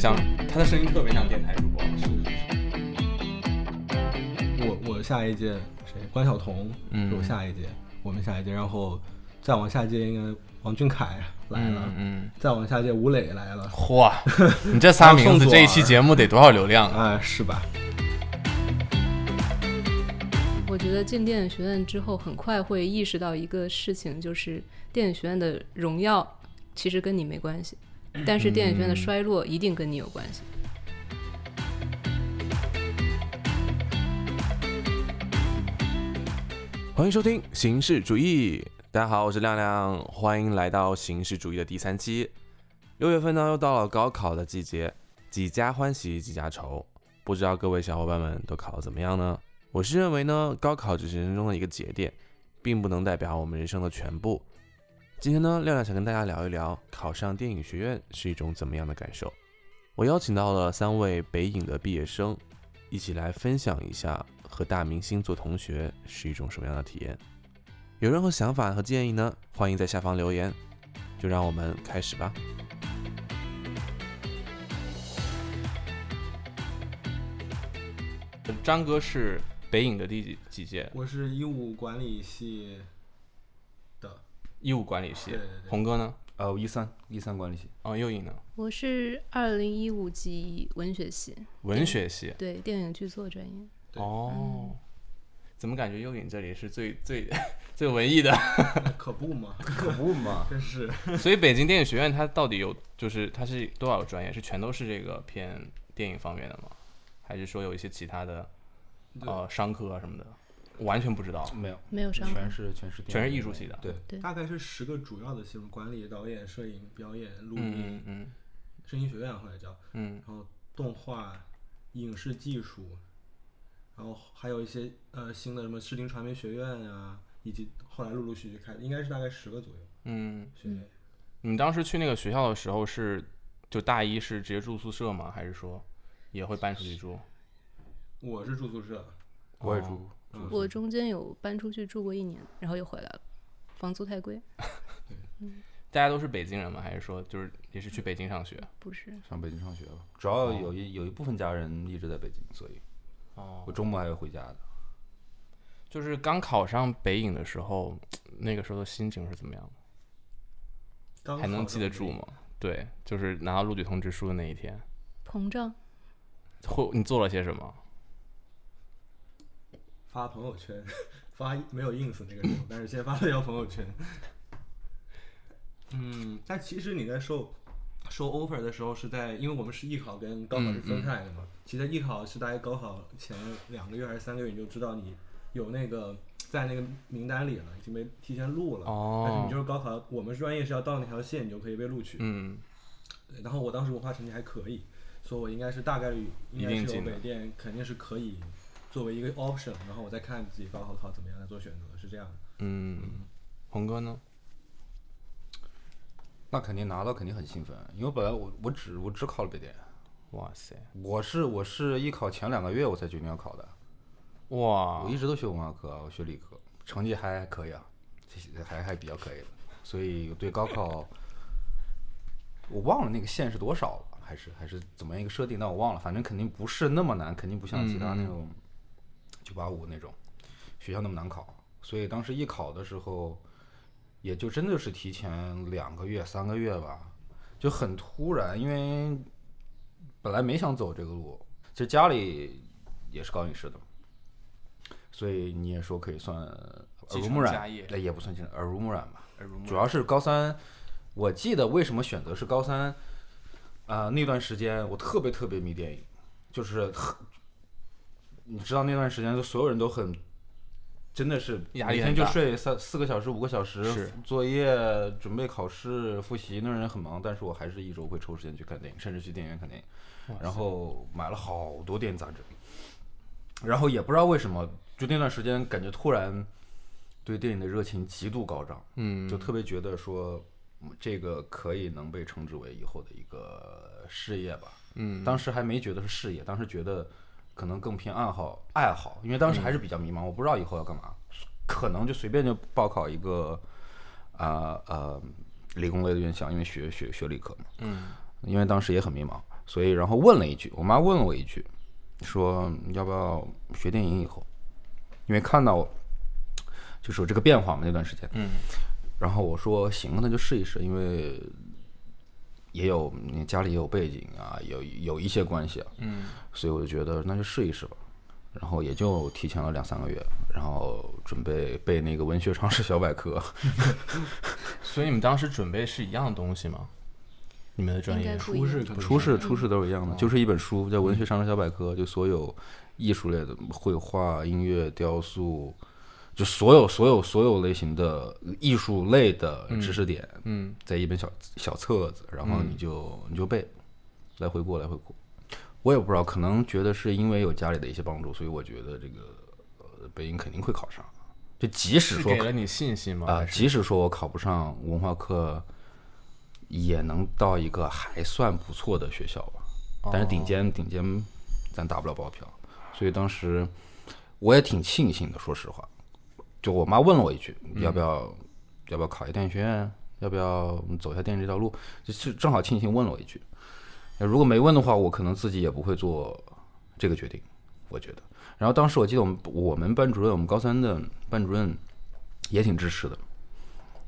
像他的声音特别像电台主播，我我下一届谁？关晓彤，嗯是我下一届，我们下一届，然后再往下届应该王俊凯来了，嗯，再往下届吴磊来了，嚯，你这仨名字，这一期节目得多少流量啊？哎，是吧？我觉得进电影学院之后，很快会意识到一个事情，就是电影学院的荣耀其实跟你没关系，但是电影学院的衰落一定跟你有关系。欢迎收听《形式主义》，大家好，我是亮亮，欢迎来到《形式主义》的第三期。六月份呢，又到了高考的季节，几家欢喜几家愁。不知道各位小伙伴们都考得怎么样呢？我是认为呢，高考只是人生中的一个节点，并不能代表我们人生的全部。今天呢，亮亮想跟大家聊一聊考上电影学院是一种怎么样的感受。我邀请到了三位北影的毕业生，一起来分享一下和大明星做同学是一种什么样的体验。有任何想法和建议呢？欢迎在下方留言。就让我们开始吧。张哥是北影的第几几届？我是医务管理系的，医务管理系对对。对红哥呢？呃，我一三一三管理系，哦，右影呢？我是二零一五级文学系，文学系。对电影剧作专业。对哦，怎么感觉右影这里是最最最文艺的？可不嘛，，可不嘛真是所以北京电影学院它到底有就是它是多少个专业？是全都是这个偏电影方面的吗？还是说有一些其他的呃商科啊什么的？我完全不知道。没有，没有上全是全是电全是影艺术系的对，对大概是十个主要的系统：管理、导演、摄影、表演、录嗯音、嗯声音学院后来叫，嗯然后动画、影视技术，然后还有一些呃新的什么视听传媒学院啊，以及后来陆陆续续开，应该是大概十个左右嗯嗯。学院。你当时去那个学校的时候是就大一是直接住宿舍吗？还是说也会搬出去住？我是住宿舍，我也住，我中间有搬出去住过一年，然后又回来了，房租太贵，大家都是北京人吗？还是说就是也是去北京上学？不是。上北京上学哦了。主要有一有一部分家人一直在北京，所以哦我周末还要回家的。就是刚考上北影的时候，那个时候的心情是怎么样的？刚还能好记得整住理吗？？对，就是拿到录取通知书的那一天，膨胀，会你做了些什么？发朋友圈， 发没有 ins 那个时候， 但是先发了条朋友圈。 嗯，但其实你在收收 offer 的时候是在，因为我们是艺考跟高考是分开嗯的嘛。其实艺考是大概高考前两个月还是三个月，你就知道你有那个在那个名单里了，已经被提前录了。哦但是你就是高考，我们专业是要到那条线，你就可以被录取。嗯，对，然后我当时文化成绩还可以，所以我应该是大概率应一该定是有进的北电肯定是可以作为一个 option，然后我再看自己高考考怎么样再做选择，是这样的。嗯，红哥呢？那肯定拿到肯定很兴奋，因为本来我我只我只考了北电，哇塞，我是我是艺考前两个月我才决定要考的，哇我，一直都学文化课，我学理科，成绩还还可以啊，这些还还比较可以的，所以对高考，我忘了那个线是多少了，还是还是怎么样一个设定，但我忘了，反正肯定不是那么难，肯定不像其他那种九八五那种学校那么难考，所以当时艺考的时候，也就真的是提前两个月、三个月吧，就很突然，因为本来没想走这个路，其实家里也是搞影视的嘛，所以你也说可以算耳继濡承目家染业，嗯那也不算继承耳濡目染吧。耳濡目主染要是高三，我记得为什么选择是高三，啊，那段时间我特别特别迷电影，就是很，你知道那段时间就所有人都很，真的是压力每很天就大睡三四个小时五个小时是，作业准备考试复习，那人很忙，但是我还是一周会抽时间去看电影，甚至去电影院看电影，然后买了好多电影杂志，然后也不知道为什么，就那段时间感觉突然对电影的热情极度高涨。嗯，就特别觉得说，嗯这个可以能被称之为以后的一个事业吧。嗯，当时还没觉得是事业，当时觉得可能更偏爱好爱好，因为当时嗯还是比较迷茫，我不知道以后要干嘛，可能就随便就报考一个呃啊呃理工类的院校，因为学学学理科嘛。嗯，因为当时也很迷茫，所以然后问了一句，我妈问了我一句，说你要不要学电影以后，因为看到就是有这个变化嘛那段时间，嗯，然后我说行，那就试一试，因为也有你家里也有背景啊，有有一些关系啊，嗯，所以我就觉得那就试一试吧。然后也就提前了两三个月，然后准备背那个文学常识小百科，所以你们当时准备是一样的东西吗？你们的专应该业不一出样世可能出世出世都是一样的，就是一本书叫《文学常识小百科》，就所有艺术类的绘画、音乐、雕塑，就所有所有所有类型的艺术类的知识点，嗯，在一本小小册子，然后你就、你就背，来回过来回过。我也不知道，可能觉得是因为有家里的一些帮助，所以我觉得这个呃北影肯定会考上。就即使是说给了你信心吗？啊、还是即使说我考不上文化课，也能到一个还算不错的学校吧。但是顶哦尖顶尖，咱打不了包票，所以当时我也挺庆幸的，说实话。就我妈问了我一句，嗯要不要、要不要考一电影学院，啊要不要走一下电影这条路，就是正好庆幸问了我一句。呃如果没问的话，我可能自己也不会做这个决定，我觉得。然后当时我记得我们我们班主任，我们高三的班主任也挺支持的，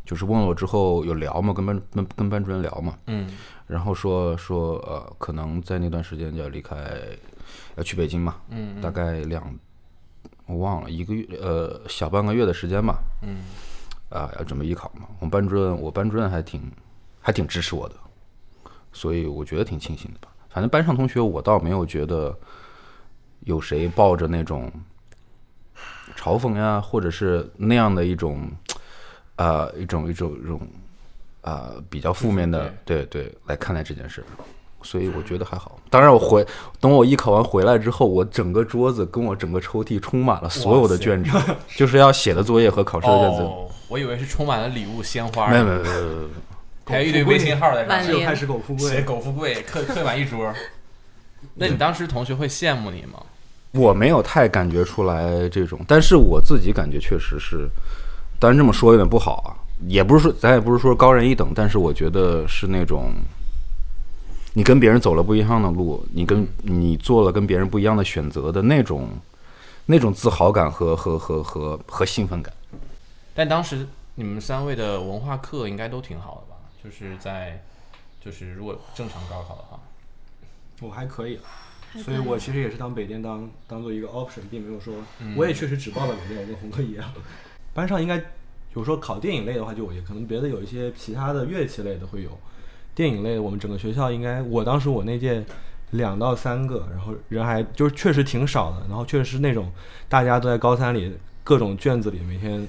就是问了我之后有聊嘛，跟班跟跟班主任聊嘛，嗯然后说说呃，可能在那段时间就要离开，要去北京嘛，嗯大概两，我忘了一个月呃小半个月的时间吧，嗯啊、要准备艺考嘛。我们班主任，我班主任还挺还挺支持我的，所以我觉得挺庆幸的吧。反正班上同学，我倒没有觉得有谁抱着那种嘲讽呀，或者是那样的一种呃一种一种一种呃比较负面的对对来看待这件事。所以我觉得还好。当然，我回等我艺考完回来之后，我整个桌子跟我整个抽屉充满了所有的哇塞卷子，就是要写的作业和考试的卷子。哦，我以为是充满了礼物鲜花，没有没有没有没有没有，还有一堆微信号在晚上只面有开始狗富写贵，狗富贵，刻刻满一桌。 那你当时同学会羡慕你吗？我没有太感觉出来这种，但是我自己感觉确实是，当然这么说有点不好啊，也不是说咱也不是说高人一等，但是我觉得是那种，你跟别人走了不一样的路，你跟嗯你做了跟别人不一样的选择的那种，那种自豪感和和和和和兴奋感。但当时你们三位的文化课应该都挺好的吧？就是在，就是如果正常高考的话，我还可以了。还所以可以啊我其实也是当北电当当做一个 option，并没有说，我也确实只报了北电，我跟红哥一样。班上应该有时候考电影类的话就有一个，可能别的有一些其他的乐器类的会有，电影类的我们整个学校应该，我当时我那届两到三个，然后人还就是确实挺少的，然后确实是那种大家都在高三里各种卷子里每天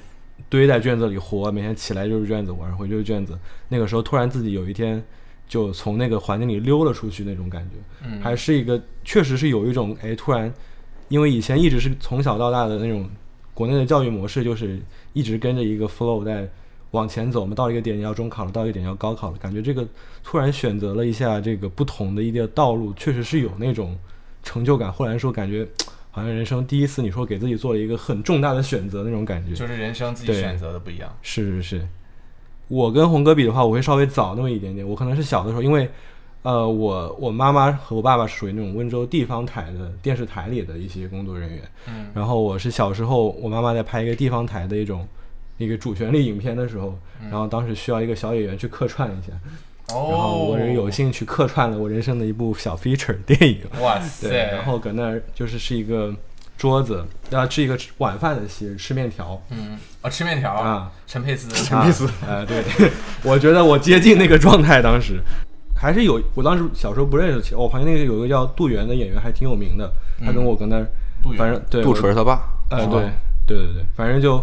堆在卷子里活，每天起来就是卷子，晚上回就是卷子。那个时候突然自己有一天就从那个环境里溜了出去那种感觉，还是一个确实是有一种哎突然，因为以前一直是从小到大的那种国内的教育模式，就是一直跟着一个 flow 在往前走嘛，到一个点你要中考了，到一个点要高考了，感觉这个突然选择了一下这个不同的一个道路，确实是有那种成就感，或者说感觉。好像人生第一次，你说给自己做了一个很重大的选择那种感觉，就是人生自己对选择的不一样。是是是，我跟红哥比的话，我会稍微早那么一点点。我可能是小的时候，因为呃，我我妈妈和我爸爸是属于那种温州地方台的电视台里的一些工作人员，嗯，然后我是小时候，我妈妈在拍一个地方台的一种一个主旋律影片的时候，嗯然后当时需要一个小演员去客串一下，哦然后我是有幸去客串了我人生的一部小 feature 电影，哇塞，对，然后搁那儿就是是一个桌子，要吃一个晚饭的席，吃面条，嗯，哦，吃面条啊，陈 佩斯，啊，呃，对， 我觉得我接近那个状态，当时还是有，我当时小时候不认识，哦我旁边那个有一个叫杜源的演员，还挺有名的，他跟我跟那儿，杜源反正对，杜我淳，他爸，呃，对，对对对，反正就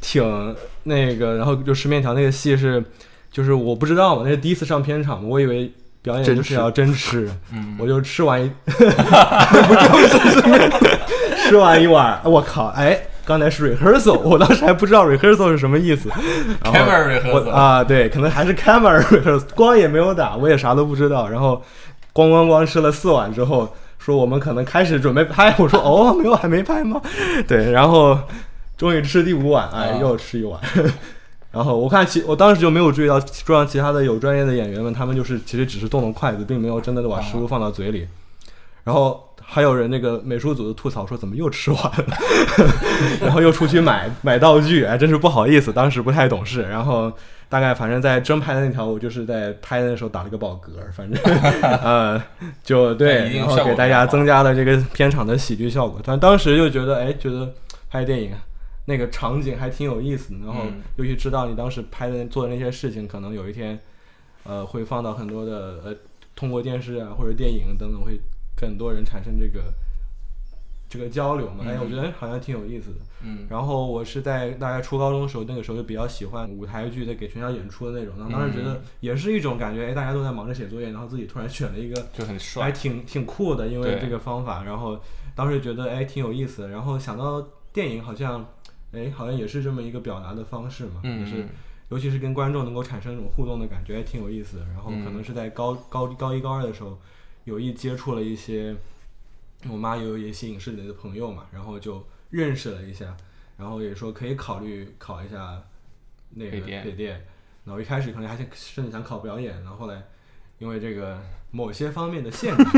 挺那个，然后就吃面条那个戏是，就是我不知道嘛，那是第一次上片场嘛，我以为。表演真就是吃要真吃，我就吃完一， 不就是吃面，吃完一碗，我靠，哎，刚才是 rehearsal，我当时还不知道 rehearsal 是什么意思，然后 Camera rehearsal 我啊，对，可能还是 camera rehearsal，光也没有打，我也啥都不知道，然后咣咣咣吃了四碗之后，说我们可能开始准备拍， 我说哦，没有，还没拍吗？对，然后终于吃第五碗，哎，啊又吃一碗， 然后我看其我当时就没有注意到桌上其他的有专业的演员们，他们就是其实只是动动筷子，并没有真的把食物放到嘴里。然后还有人那个美术组的吐槽说怎么又吃完了，然后又出去买 买道具，哎，真是不好意思，当时不太懂事。然后大概反正在真拍的那条，我就是在拍的时候打了个饱嗝，反 正呃就一对，定然后效果给大家增加了这个片场的喜剧效果。但当时就觉得哎，觉得拍电影。那个场景还挺有意思的，然后嗯尤其知道你当时拍的做的那些事情，可能有一天，呃，会放到很多的呃，通过电视啊或者电影等等，会跟很多人产生这个这个交流嘛。哎，嗯我觉得好像挺有意思的。嗯。然后我是在大概初高中的时候，那个时候就比较喜欢舞台剧的给学校演出的那种，然后当时觉得也是一种感觉，哎，大家都在忙着写作业，然后自己突然选了一个就很还帅。挺挺酷的，因为对这个方法，然后当时觉得哎挺有意思的，然后想到电影好像哎好像也是这么一个表达的方式嘛，嗯就是尤其是跟观众能够产生一种互动的感觉，还挺有意思的。然后可能嗯是在高、高高一高二的时候，有意接触了一些我妈有一些影视里的朋友嘛，然后就认识了一下，然后也说可以考虑考一下那个北电北电。然后一开始可能还想甚至想考表演，然后后来因为这个某些方面的限制，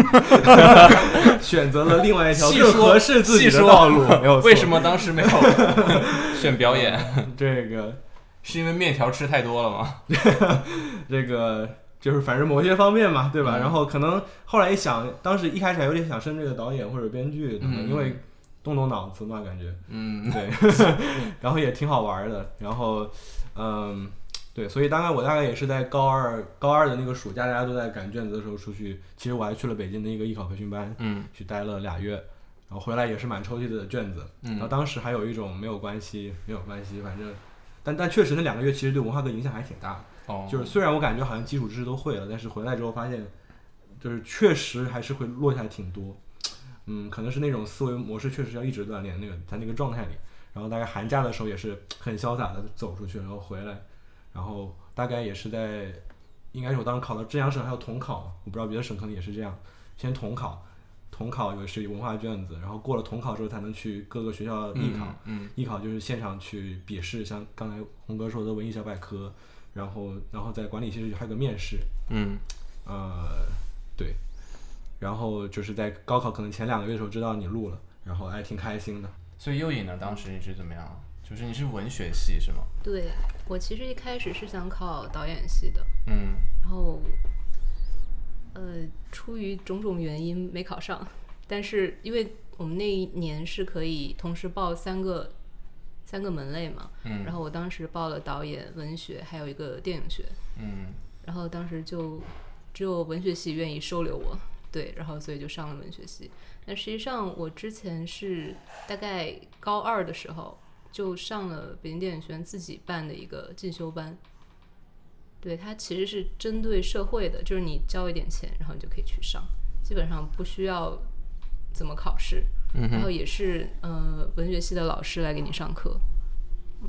选择了另外一条细更说合适自己细的说道路。没有错为什么当时没有选表 演？这个是因为面条吃太多了吗？这个就是反正某些方面嘛，对嗯吧？然后可能后来一想，当时一开始还有点想升这个导演或者编剧等等，嗯因为动动脑子嘛，感觉嗯，对， 然后也挺好玩的。然后，嗯，对，所以大概我大概也是在高二高二的那个暑假，大家都在赶卷子的时候出去，其实我还去了北京的一个艺考培训班，嗯，去待了俩月。然后回来也是满抽屉的卷子，嗯然后当时还有一种没有关系，没有关系，反正，但但确实那两个月其实对文化课影响还挺大的，哦，就是虽然我感觉好像基础知识都会了，但是回来之后发现，就是确实还是会落下挺多。嗯，可能是那种思维模式确实要一直锻炼，那个在那个状态里。然后大概寒假的时候也是很潇洒的走出去，然后回来，然后大概也是在，应该是我当时考到浙江省还有统考嘛，我不知道别的省可能也是这样，先统考，统考有是文化卷子，然后过了统考之后才能去各个学校艺考，嗯，艺考就是现场去笔试，像刚才红哥说的文艺小百科，然后然后在管理系还有个面试，嗯，呃，对，然后就是在高考可能前两个月的时候知道你录了，然后哎挺开心的，所以右颖呢，当时你是怎么样？就是你是文学系是吗？对我其实一开始是想考导演系的，嗯，然后，呃，出于种种原因没考上，但是因为我们那一年是可以同时报三个三个门类嘛，嗯然后我当时报了导演、文学，还有一个电影学，嗯，然后当时就只有文学系愿意收留我，对，然后所以就上了文学系。但实际上我之前是大概高二的时候就上了北京电影学院自己办的一个进修班，对，它其实是针对社会的，就是你交一点钱，然后你就可以去上，基本上不需要怎么考试，然后也是呃文学系的老师来给你上课，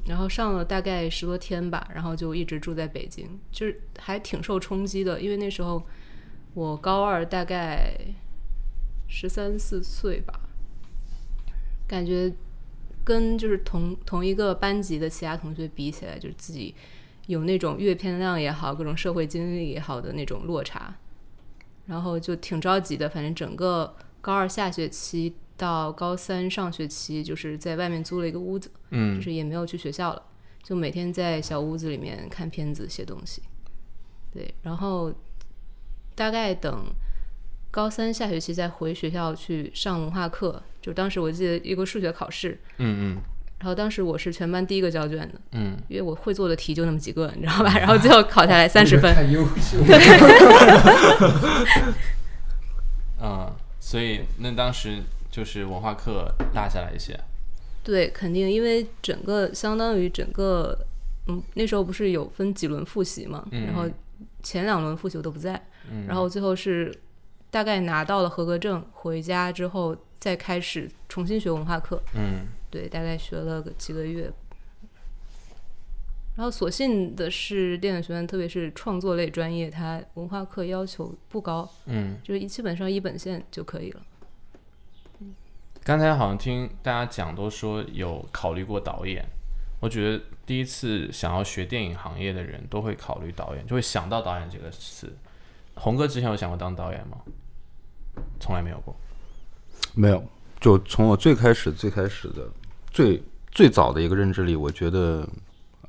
然后上了大概十多天吧，然后就一直住在北京，就是还挺受冲击的，因为那时候我高二大概十三四岁吧，感觉跟就是同同一个班级的其他同学比起来，就是自己有那种阅片量也好，各种社会经历也好的那种落差，然后就挺着急的。反正整个高二下学期到高三上学期，就是在外面租了一个屋子，嗯，就是也没有去学校了，就每天在小屋子里面看片子、写东西，对，然后大概等。高三下学期再回学校去上文化课，就当时我记得有个数学考试，然后当时我是全班第一个交卷的，嗯，因为我会做的题就那么几个，你知道吧？ 然后最后考下来三十分，太优秀了。嗯，所以那当时就是文化课落下来一些，对，肯定，因为整个相当于整个，嗯，那时候不是有分几轮复习嘛，然后前两轮复习我都不在，然后最后是大概拿到了合格证，回家之后再开始重新学文化课，嗯对，大概学了个几个月。然后所幸的是，电影学院，特别是创作类专业，它文化课要求不高，嗯。就是基本上一本线就可以了。刚才好像听大家讲都说有考虑过导演，我觉得第一次想要学电影行业的人都会考虑导演，就会想到导演这个词。红哥之前有想过当导演吗？从来没有过。哦没有，就从我最开始最开始的最最早的一个认知里，我觉得，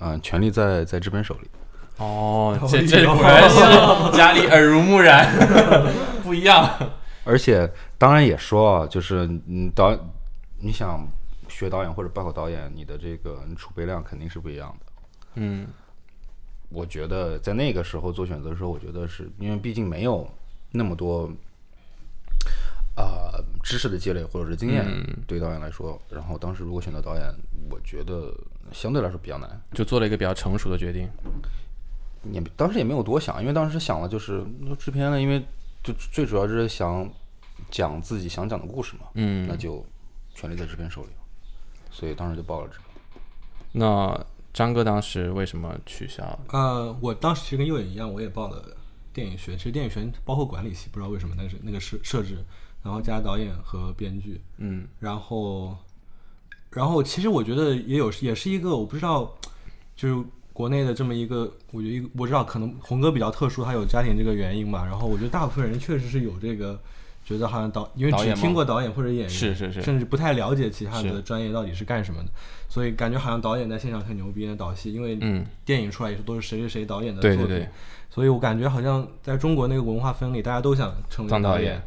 嗯、权力在在资本手里。哦，这这果然是家里耳濡目染， 不一样。而且当然也说啊，就是嗯导，你想学导演或者报考导演，你的这个储备量肯定是不一样的。嗯，我觉得在那个时候做选择的时候，我觉得是因为毕竟没有那么多呃知识的积累或者是经验，对导演来说，然后当时如果选择导演，我觉得相对来说比较难。就做了一个比较成熟的决定。也当时也没有多想，因为当时想了就是那制片呢，因为就最主要就是想讲自己想讲的故事嘛，嗯那，就权力在制片手里，所以当时就报了制片。那张哥当时为什么取消？呃，我当时其实跟右眼一样，我也报了电影学，其实电影学包括管理系，不知道为什么，但是那个设设置，然后加导演和编剧，嗯，然后，然后其实我觉得也有，也是一个我不知道，就是国内的这么一个，我觉得一个我知道可能红哥比较特殊，他有家庭这个原因吧，然后我觉得大部分人确实是有这个。觉得好像导，因为导只演吗听过导演或者演员，是是是甚至不太了解其他是的专业到底是干什么的，所以感觉好像导演在现场很牛逼，那导戏，因为嗯电影出来也是都是谁谁谁导演的作对品，对对所以我感觉好像在中国那个文化氛围里，大家都想成为当导导演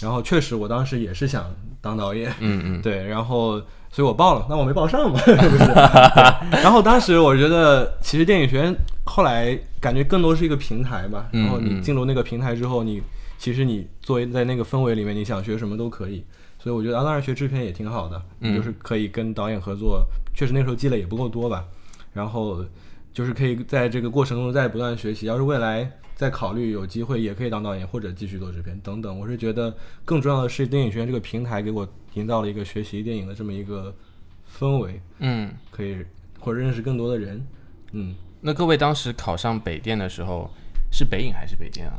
然后确实，我当时也是想当导演，嗯嗯，对，然后所以我报了，那我没报上嘛， 是不是？对然后当时我觉得，其实电影学院后来感觉更多是一个平台吧，嗯然后嗯你进入那个平台之后，你其实你作为在那个氛围里面，你想学什么都可以。所以我觉得，啊当然学制片也挺好的，嗯就是可以跟导演合作，确实那时候积累也不够多吧，然后就是可以在这个过程中再不断学习。要是未来再考虑有机会，也可以当导演或者继续做制片等等。我是觉得更重要的是电影学院这个平台给我营造了一个学习电影的这么一个氛围，嗯。可以或者认识更多的人。嗯，那各位当时考上北电的时候，是北影还是北电啊？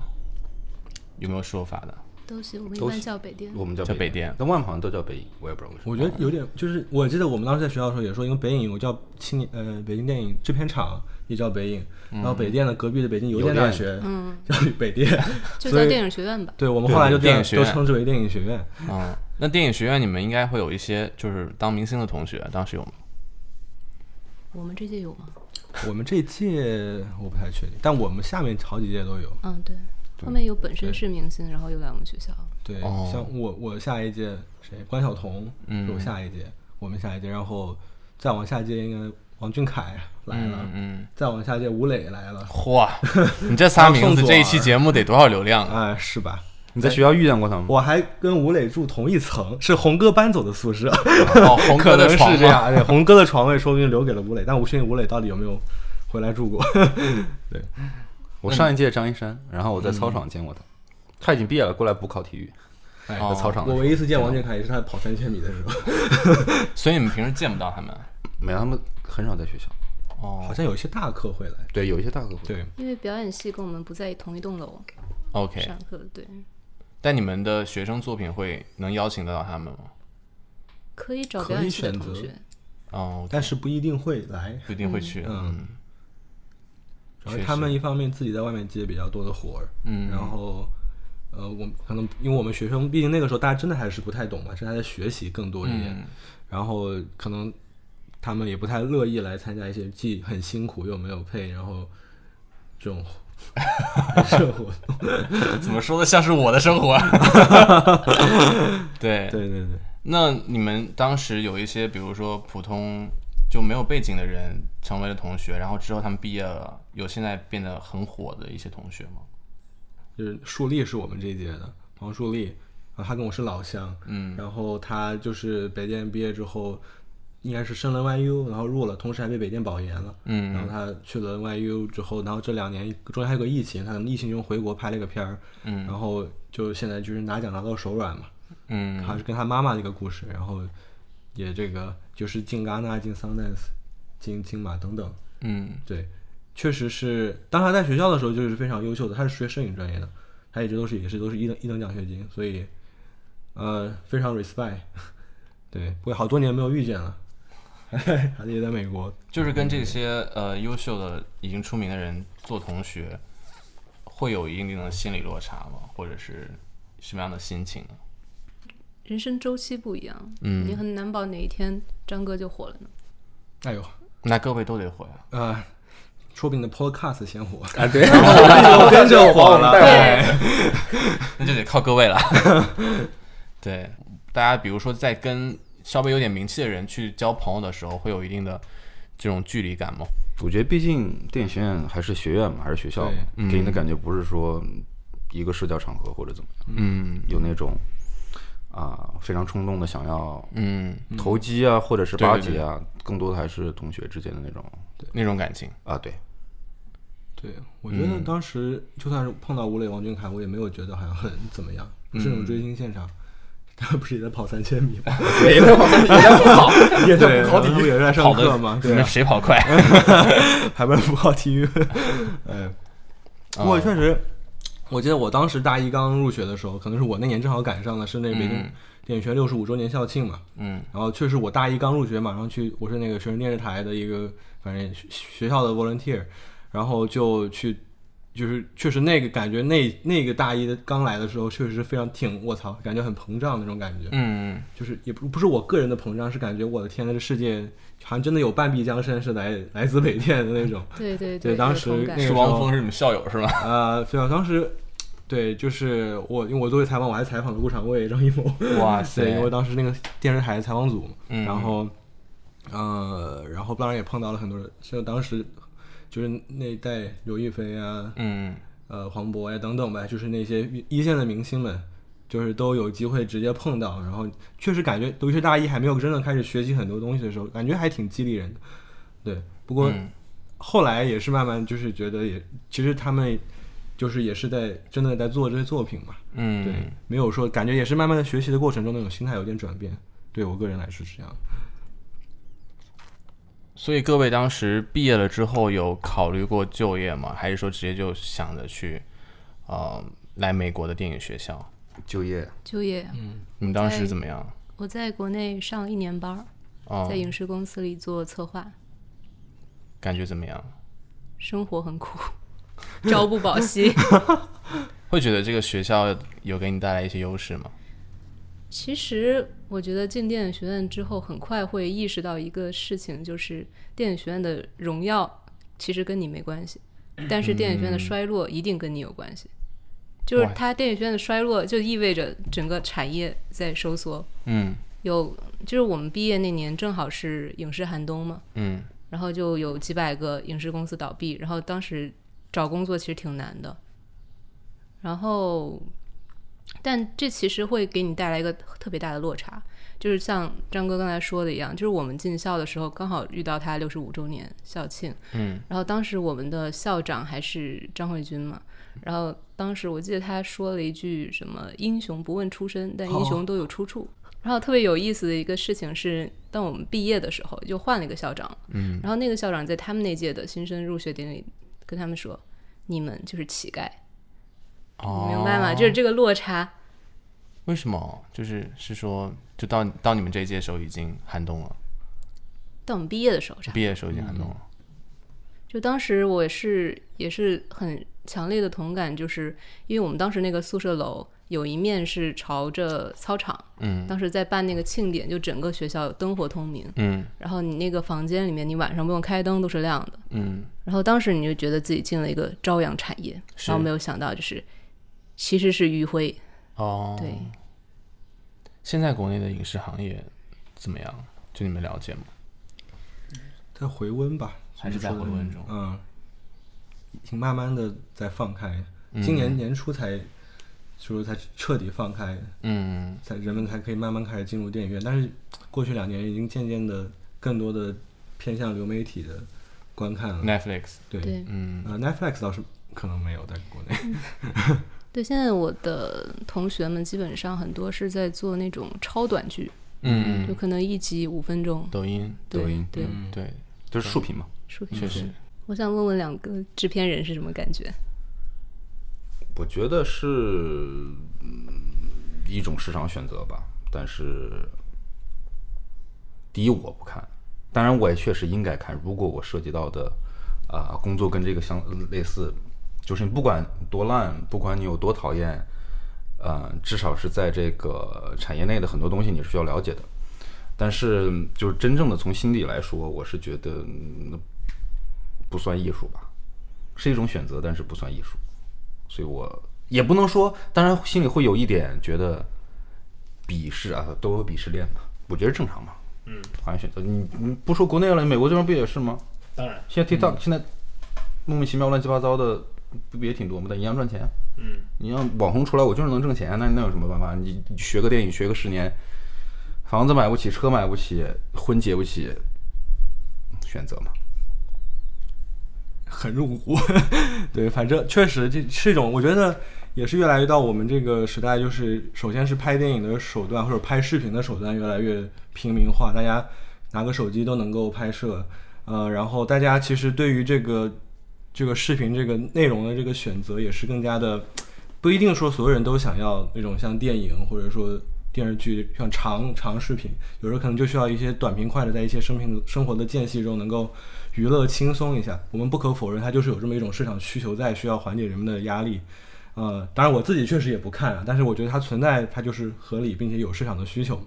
有没有说法的？都行，我们一都般行叫北电。我们叫叫北电电，但外面好像都叫北影，我也不知道为什么。我觉得有点就是，我记得我们当时在学校的时候也说，因为北影有叫青年呃北京电影制片厂也叫北影，然后北电的隔壁的北嗯京邮电大学嗯， 叫北电，就所叫以电影学院吧。对我们后来就对电影学都院称之为电影学院。嗯，那电影学院你们应该会有一些就是当明星的同学，啊当时有吗？我们这届有吗？我们这届我不太确定，但我们下面好几届都有。嗯，对。后面有本身是明星，然后又来我们学校。对，哦像我我下一届谁关晓彤，嗯是我下一届，我们下一届，然后再往下一届应该王俊凯来了，嗯，再往下一届吴磊来了，嚯，你这仨名还有字，宋祖这儿一期节目得多少流量啊？啊、是吧？你在学校遇见过他们吗？我还跟吴磊住同一层，是红哥搬走的宿舍， 哦，红哥可能的床是这吗？样。对，红哥的床位说不定留给了吴磊，但我不确定吴磊到底有没有回来住过。我上一届张一山，然后我在操场见过他，他已经毕业了，过来补考体育，哎哦在操场的我时候。唯一一次见王俊凯也是他跑三千米的时候，所以你们平时见不到他们。没有，他们很少在学校。哦好像有一些大课会来。对，有一些大哥会。对，因为表演系跟我们不在同一栋楼，OK，上课，对，但你们的学生作品会能邀请得到他们吗？可以找可表演以系的选同择学。哦，但是不一定会来。不一定会去。嗯嗯主要是他们一方面自己在外面接比较多的活儿，嗯然后呃，我们可能因为我们学生，毕竟那个时候大家真的还是不太懂嘛，是还在学习更多一点，嗯然后可能他们也不太乐意来参加一些既很辛苦又没有配，然后这种 这种活动。嗯怎么说的像是我的生活啊？ 对， 对对对，那你们当时有一些，比如说普通就没有背景的人成为了同学，然后之后他们毕业了，有现在变得很火的一些同学吗？就是树立是我们这一届的王树立，然后他跟我是老乡，嗯，然后他就是北电毕业之后，应该是升了 NYU，然后入了，同时还被北电保研了。嗯然后他去了 NYU 之后，然后这两年中间还有个疫情，他可能疫情中回国拍了一个片儿，嗯然后就现在就是拿奖拿到手软嘛，嗯，还是跟他妈妈的一个故事，然后也这个就是进戛纳、进 Sundance、进金马等等，嗯对，确实是。当他在学校的时候就是非常优秀的，他是学摄影专业的，他一直都是也是都是一等一等奖学金，所以 呃非常 respect。对，不过好多年没有遇见了，他也在美国。就是跟这些呃优秀的、已经出名的人做同学，会有一定的心理落差吗？或者是什么样的心情呢？人生周期不一样，嗯你很难保哪一天张哥就火了呢。哎呦，那各位都得啊火呀！呃，说不定你的 Podcast 先火，啊，对， 就跟着火了。 那就得靠各位了。 对，大家比如说在跟稍微有点名气的人去交朋友的时候，会有一定的这种距离感吗？我觉得毕竟电影学院还是学院嘛，还是学校嘛，对给你嗯的感觉不是说一个社交场合或者怎么样，嗯有那种啊、非常冲动的想要嗯，投机啊，或者是对巴对结啊，更多的还是同学之间的那种那种感情。啊，对，对，我觉嗯得当时就算是碰到吴磊、王俊凯，我也没有觉得好像很怎么样，不是那嗯种追星现场。他不是也在跑三千米 吗？也在跑三也在对跑体然后育，也在上跑课的嘛，你对们啊，谁跑 快？还不是不跑体育。哎，不过确实，我记得我当时大一刚入学的时候，可能是我那年正好赶上的是那个北京嗯电影学六十五周年校庆嘛，嗯然后确实我大一刚入学，马上去，我是那个学生电视台的一个，反正学学校的 volunteer，然后就去，就是确实那个感觉，那那个大一的刚来的时候，确实是非常挺，我操，感觉很膨胀那种感觉，嗯，就是也不不是我个人的膨胀，是感觉我的天呐，这世界好像真的有半壁江山是来来自北电的那种，对对对哦对，当有时同那感个是汪嗯峰是你们校友是吗？呃，对啊，当时。对，就是我，因为我作为采访，我还采访了顾长卫、张艺谋，哇对，因为当时那个电视台采访组嘛，嗯然后，呃，然后当然也碰到了很多人，像当时就是那一代刘亦菲啊，嗯呃，黄渤呀、等等呗，就是那些一线的明星们，就是都有机会直接碰到，然后确实感觉，尤其是大一还没有真的开始学习很多东西的时候，感觉还挺激励人的。对，不过嗯后来也是慢慢就是觉得也，其实他们就是也是在真的在做这些作品嘛，对，嗯，没有说感觉也是慢慢的学习的过程中那种心态有点转变。对我个人来说是这样，所以各位当时毕业了之后有考虑过就业吗？还是说直接就想着去，呃，来美国的电影学校？就业，就业，你们当时怎么样？我在国内上了一年班儿，哦在，影视公司里做策划，感觉怎么样？生活很苦，朝不保夕。会觉得这个学校有给你带来一些优势吗？其实我觉得进电影学院之后，很快会意识到一个事情，就是电影学院的荣耀其实跟你没关系，但是电影学院的衰落一定跟你有关系。就是嗯哇它电影学院的衰落，就意味着整个产业在收缩。嗯有，就是我们毕业那年正好是影视寒冬嘛，嗯然后就有几百个影视公司倒闭，然后当时找工作其实挺难的。然后，但这其实会给你带来一个特别大的落差，就是像张哥刚才说的一样，就是我们进校的时候刚好遇到他六十五周年校庆，嗯，然后当时我们的校长还是张慧君嘛，然后当时我记得他说了一句什么“英雄不问出身，但英雄都有出处”。然后特别有意思的一个事情是，当我们毕业的时候，就换了一个校长。嗯，然后那个校长在他们那届的新生入学典礼跟他们说：“你们就是乞丐，哦你明白吗？就是这个落差。为什么？就是是说，就到到你们这一届的时候已经寒冬了，但我们毕业的时候差不多毕业的时候已经寒冬了。就当时我也是也是很强烈的同感，就是因为我们当时那个宿舍楼有一面是朝着操场，嗯当时在办那个庆典，就整个学校灯火通明，嗯然后你那个房间里面你晚上不用开灯都是亮的，嗯然后当时你就觉得自己进了一个朝阳产业，是然后没有想到就是其实是余晖，哦，对。。现在国内的影视行业怎么样？就你们了解吗？在回温吧，还是在回温中？嗯，已经慢慢的在放开，嗯今年年初才说才彻底放开，嗯才人们才可以慢慢开始进入电影院。但是过去两年已经渐渐的更多的偏向流媒体的观看了。 ，Netflix，对，对嗯呃，Netflix 倒是可能没有在国内。对，现在我的同学们基本上很多是在做那种超短剧，嗯就，可能一集五分钟，抖音，对抖音嗯对，对，就是竖屏嘛，竖屏确实，我想问问两个制片人是什么感觉？我觉得是嗯一种市场选择吧，但是第一我不看，当然，我也确实应该看，如果我涉及到的啊、工作跟这个相类似，就是你不管多烂，不管你有多讨厌，呃，至少是在这个产业内的很多东西你是需要了解的。但是，就是真正的从心底来说，我是觉得嗯不算艺术吧，是一种选择，但是不算艺术。所以我也不能说，当然心里会有一点觉得鄙视啊，都有鄙视链嘛，我觉得正常嘛。嗯，好像选择你你不说国内了，美国这边不也是吗？当然，嗯现在 TikTok、现在莫名其妙乱七八糟的不也挺多吗？但一样赚钱。嗯，你让网红出来，我就是能挣钱，那那有什么办法？你你学个电影学个十年，房子买不起，车买不起，婚结不起，选择嘛。很入骨。 对，反正确实这是一种，我觉得也是越来越到我们这个时代，就是首先是拍电影的手段或者拍视频的手段越来越平民化，大家拿个手机都能够拍摄，呃，然后大家其实对于这个这个视频这个内容的这个选择也是更加的，不一定说所有人都想要那种像电影或者说。电视剧像长长视频，有时候可能就需要一些短平快的，在一些生平生活的间隙中能够娱乐轻松一下。我们不可否认，它就是有这么一种市场需求在，需要缓解人们的压力。呃，当然我自己确实也不看啊，但是我觉得它存在，它就是合理并且有市场的需求。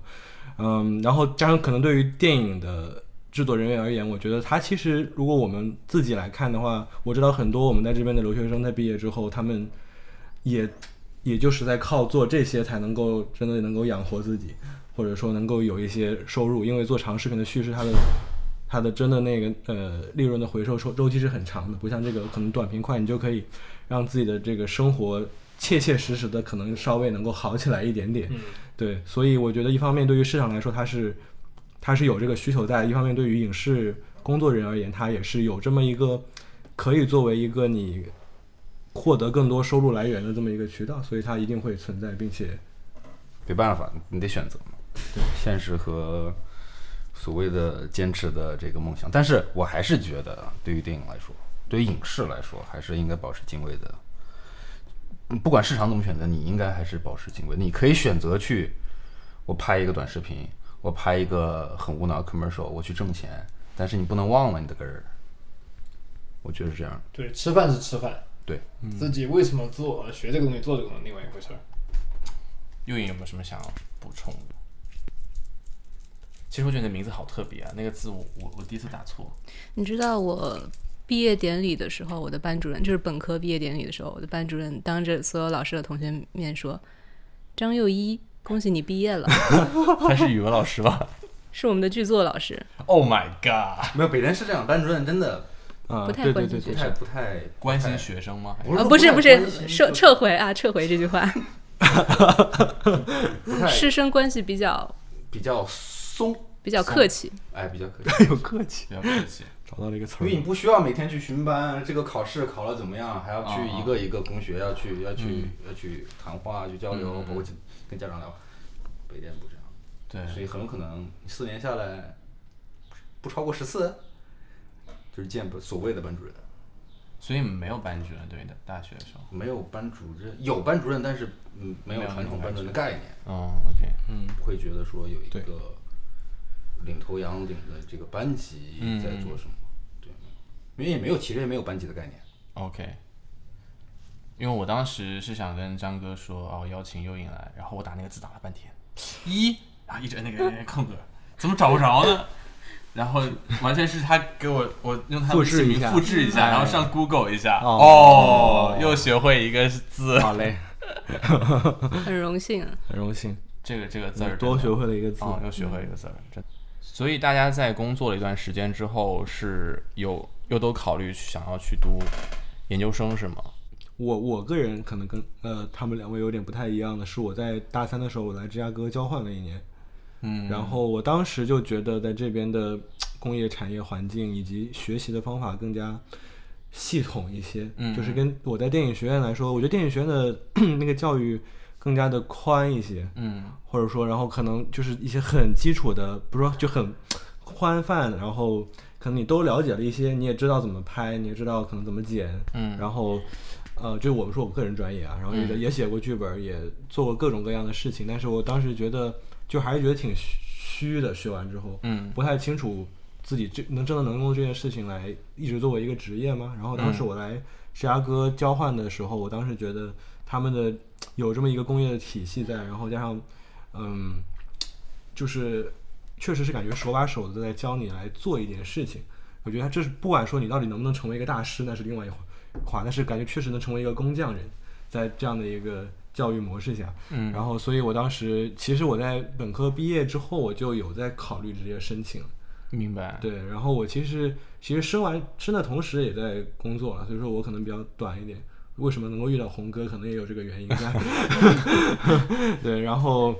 嗯，然后加上可能对于电影的制作人员而言，我觉得它其实如果我们自己来看的话，我知道很多我们在这边的留学生在毕业之后，他们也也就是在靠做这些才能够真的能够养活自己，或者说能够有一些收入，因为做长视频的叙事，它的它的真的那个呃利润的回收周周期是很长的，不像这个可能短平快，你就可以让自己的这个生活切切实实的可能稍微能够好起来一点点。对，所以我觉得一方面对于市场来说它是它是有这个需求在，一方面对于影视工作人员而言，它也是有这么一个可以作为一个你获得更多收入来源的这么一个渠道，所以它一定会存在，并且没办法，你得选择嘛。对，现实和所谓的坚持的这个梦想，但是我还是觉得啊，对于电影来说，对于影视来说，还是应该保持敬畏的。嗯不管市场怎么选择，你应该还是保持敬畏。你可以选择去，我拍一个短视频，我拍一个很无脑的 commercial，我去挣钱，但是你不能忘了你的根儿。我觉得是这样的。对，吃饭是吃饭，对，自己为什么做学这个东西做这个东西另外一回事儿。右影有没有什么想要补充的？其实我觉得你的名字好特别啊，那个字我我我第一次打错，你知道我毕业典礼的时候，我的班主任就是本科毕业典礼的时候，我的班主任当着所有老师和同学面说：“张幼一，恭喜你毕业了， 他是语文老师吧是我们的剧作老师。 ？Oh my god！没有北人是这样，班主任真的啊、不太对对关对对心不太不太关心学生吗？还是不啊，是不是不不太是，关心撤就撤回啊，撤回这句 话。不太师生关系比较比较松，比较客气，哎，比较可以，有客气，比较客气。找到了一个词 因儿为你不需要每天去巡班，这个考试考了怎么样，还要去啊啊一个一个同学要去要去要去谈话去交流，包括跟家长聊。北电不这样，对，所以很有可能四年下来不超过十次，就是见不所谓的班主任。所以没有班主任对的大学的时候。没有班主任，有班主任，但是嗯，没有没有传统那种班主任的概念，哦，OK，不会觉得说有一对个领头羊领的这个班级嗯在做什么，对，因为也没有，其实也没有班级的概念。 OK，因为我当时是想跟张哥说，哦，邀请幽影来，然后我打那个字打了半天，一啊，一直那 个那个空格，怎么找不着呢？然后完全是他给我，我用他的复制姓名一下复制一下，然后上 Google 一下，哦哦，又学会一个字，好嘞，很荣幸啊。很荣幸，这个这个字儿多真的学会了一个字。哦，又学会一个字儿，真的。所以大家在工作了一段时间之后，是有又都考虑想要去读研究生是吗？我我个人可能跟呃他们两位有点不太一样的是，我在大三的时候，我来芝加哥交换了一年，嗯，然后我当时就觉得在这边的工业产业环境以及学习的方法更加系统一些，嗯就是跟我在电影学院来说，我觉得电影学院的 那个教育更加的宽一些，嗯或者说，然后可能就是一些很基础的，不是说就很宽泛，然后可能你都了解了一些，你也知道怎么拍，你也知道可能怎么剪，嗯然后呃，就我们说我个人专业啊，然后也也写过剧本，也做过各种各样的事情，但是我当时觉得就还是觉得挺虚虚的，学完之后，嗯不太清楚自己这能挣到能工这件事情来一直作为一个职业吗？然后当时嗯我来芝加哥交换的时候，我当时觉得他们的有这么一个工业的体系在，然后加上嗯，就是确实是感觉手把手的在教你来做一件事情。我觉得他这是不管说你到底能不能成为一个大师，那是另外一话，但是感觉确实能成为一个工匠人，在这样的一个教育模式下，嗯，然后所以我当时其实我在本科毕业之后，我就有在考虑直接申请了，明白。对，然后我其实其实升完升的同时也在工作了，所以说我可能比较短一点。为什么能够遇到红哥，可能也有这个原因在。 对，然后，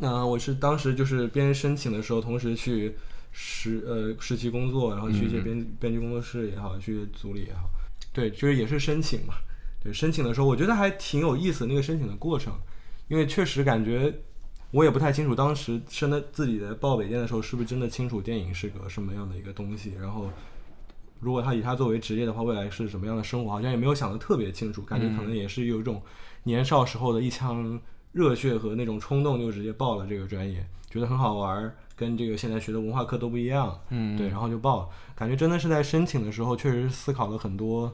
嗯、我是当时就是边申请的时候，同时去实呃实习工作，然后去一些编、编剧工作室也好，去组里也好，对，就是也是申请嘛。对，申请的时候我觉得还挺有意思那个申请的过程，因为确实感觉我也不太清楚当时申的自己在报北电的时候是不是真的清楚电影是个什么样的一个东西，然后如果他以他作为职业的话，未来是什么样的生活，好像也没有想得特别清楚，感觉可能也是有一种年少时候的一腔热血和那种冲动，就直接报了这个专业，觉得很好玩儿，跟这个现在学的文化课都不一样，嗯，对，然后就报了，感觉真的是在申请的时候确实思考了很多，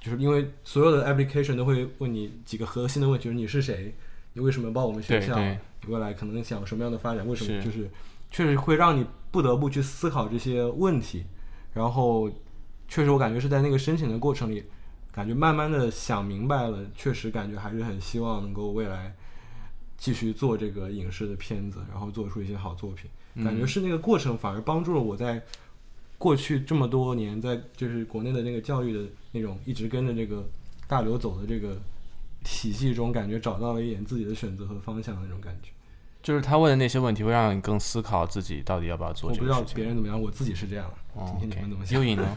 就是因为所有的 application 都会问你几个核心的问题，就是你是谁，你为什么要报我们学对校，对你未来可能想什么样的发展，为什么是就是确实会让你不得不去思考这些问题，然后确实我感觉是在那个申请的过程里，感觉慢慢的想明白了，确实感觉还是很希望能够未来继续做这个影视的片子，然后做出一些好作品。感觉是那个过程反而帮助了我在过去这么多年在就是国内的那个教育的那种一直跟着这个大流走的这个体系中，感觉找到了一点自己的选择和方向的那种感觉。就是他问的那些问题，会让你更思考自己到底要不要做我这不知个道事情。别人怎么样，我自己是这样。哦今天你们怎么，OK。想蚯？蚓呢？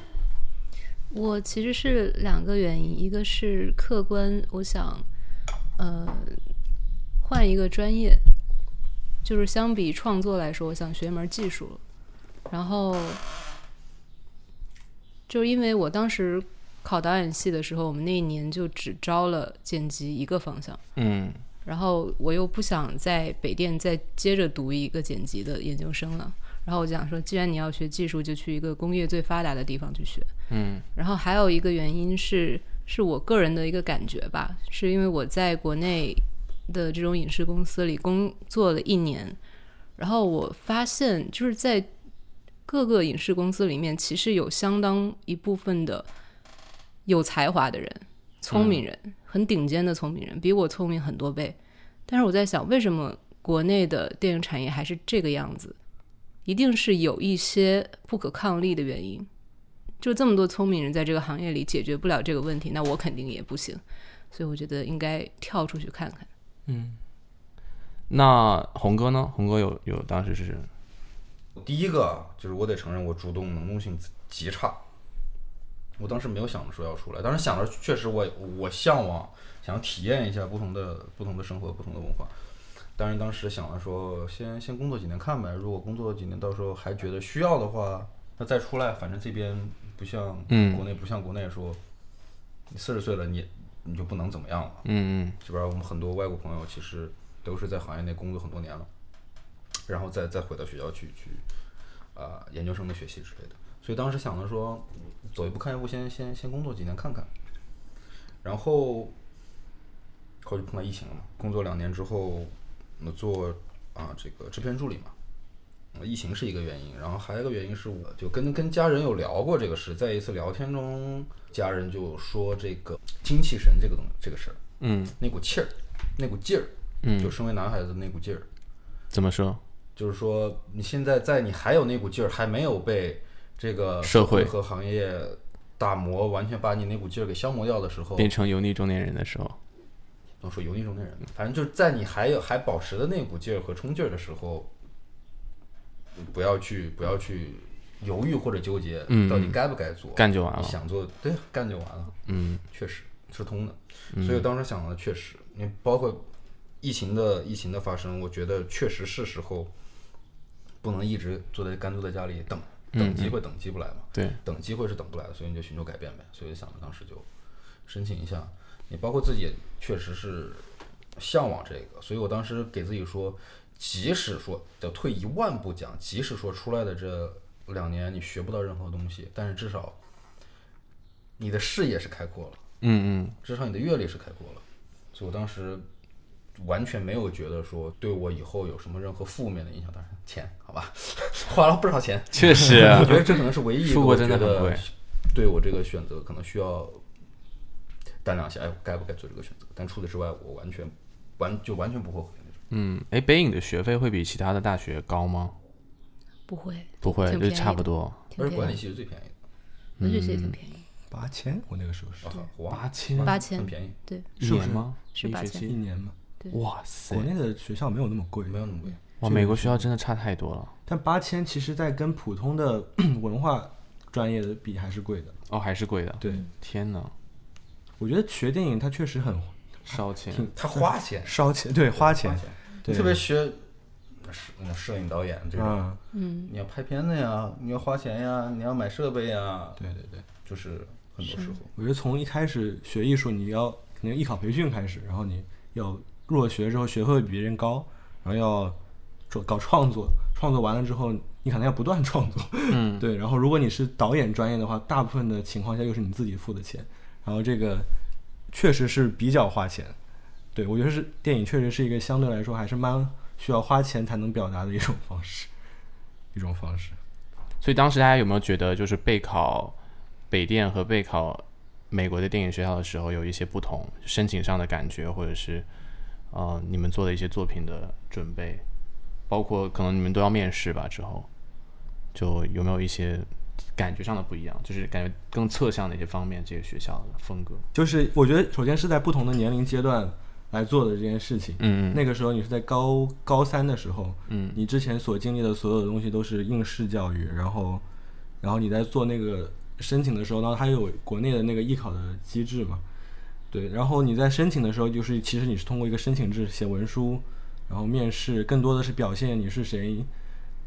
我其实是两个原因，一个是客观，我想，呃，换一个专业，就是相比创作来说，我想学一门技术，然后，就是因为我当时考导演系的时候，我们那一年就只招了剪辑一个方向。嗯，然后我又不想在北电再接着读一个剪辑的研究生了，然后我就想说，既然你要学技术，就去一个工业最发达的地方去学。嗯，然后还有一个原因是，是我个人的一个感觉吧，是因为我在国内的这种影视公司里工作了一年，然后我发现就是在各个影视公司里面，其实有相当一部分的有才华的人、聪明人、很顶尖的聪明人，比我聪明很多倍。但是我在想，为什么国内的电影产业还是这个样子？一定是有一些不可抗力的原因。就这么多聪明人在这个行业里解决不了这个问题，那我肯定也不行。所以我觉得应该跳出去看看。那红哥呢？红哥有有当时是第一个就是我得承认，我主动能动性极差。我当时没有想着说要出来，当时想着确实我我向往，想要体验一下不同的不同的生活，不同的文化。当然当时想着说先先工作几年看呗，如果工作几年到时候还觉得需要的话，那再出来。反正这边不像嗯国内，不像国内说你四十岁了你你就不能怎么样了。嗯这边我们很多外国朋友其实都是在行业内工作很多年了，然后再再回到学校去去，呃，研究生的学习之类的。所以当时想着说，嗯走一步看一步先，先先工作几年看看。然后后就碰到疫情了嘛，工作两年之后，我做啊这个制片助理嘛。嗯疫情是一个原因，然后还有一个原因是我就跟跟家人有聊过这个事，在一次聊天中，家人就说这个精气神这个东这个事儿，嗯那股气儿，那股劲儿，嗯就嗯，身为男孩子那股劲儿，怎么说？就是说你现在在你还有那股劲儿，还没有被这个社会和行业打磨，完全把你那股劲儿给消磨掉的时候，变成油腻中年人的时候，我说油腻中年人，反正就是在你还有还保持的那股劲儿和冲劲儿的时候，不要去不要去犹豫或者纠结，嗯到底该不该做，干就完了。想做对啊干就完了。嗯确实是通的。所以我当时想的确实，你包括疫情的疫情的发生，我觉得确实是时候不能一直坐在干坐在家里等等机会，等机会来嘛。对，等机会是等不来的，所以你就寻求改变呗。所以想着当时就申请一下，你包括自己也确实是向往这个，所以我当时给自己说，即使说要退一万步讲，即使说出来的这两年你学不到任何东西，但是至少你的视野是开阔了，嗯嗯，至少你的阅历是开阔了。所以我当时完全没有觉得说对我以后有什么任何负面的影响。当然，钱好吧，花了不 少钱，确实，啊 我觉得这可能是唯一一个出我国觉真的很贵得对我这个选择可能需要掂量一下，哎，我该不该做这个选择？但除此之外，我完全完就完全不后悔那种。嗯，哎，北影的学费会比其他的大学高吗？不会，不会，挺就便宜差不多挺而便且管宜理，系嗯是最便宜的，文学系也挺便宜，八千，我那个时候是啊，哇，八千八千很，便宜，对，一年吗？是一八学一期？年嘛。哇塞国！内的学校没有那么贵，没有那么贵。嗯哇，美国学校真的差太多了。但八千其实，在跟普通的 文化专业的比还是贵的。哦，还是贵的。对，天哪，我觉得学电影它确实很烧钱！他花钱，嗯烧钱，对，花钱花，对特别学摄那种摄影导演这种，嗯，嗯，你要拍片子呀，你要花钱呀，你要买设备呀，对对对，就是很多时候。我觉得从一开始学艺术，你要肯定艺考培训开始，然后你要入了学之后学会比别人高，然后要做搞创作，创作完了之后，你可能要不断 创作，嗯，对。然后如果你是导演专业的话，大部分的情况下又是你自己付的钱，然后这个确实是比较花钱。对我觉得是电影确实是一个相对来说还是蛮需要花钱才能表达的一种方式，一种方式。所以当时大家有没有觉得，就是备考北电和备考美国的电影学校的时候有一些不同，申请上的感觉，或者是呃你们做的一些作品的准备，包括可能你们都要面试吧，之后就有没有一些感觉上的不一样，就是感觉更侧向的一些方面，这些学校的风格。就是我觉得，首先是在不同的年龄阶段来做的这件事情。嗯那个时候你是在高高三的时候，嗯，你之前所经历的所有的东西都是应试教育，然后，然后你在做那个申请的时候，然后它有国内的那个艺考的机制嘛，对，然后你在申请的时候，就是其实你是通过一个申请制写文书，然后面试，更多的是表现你是谁，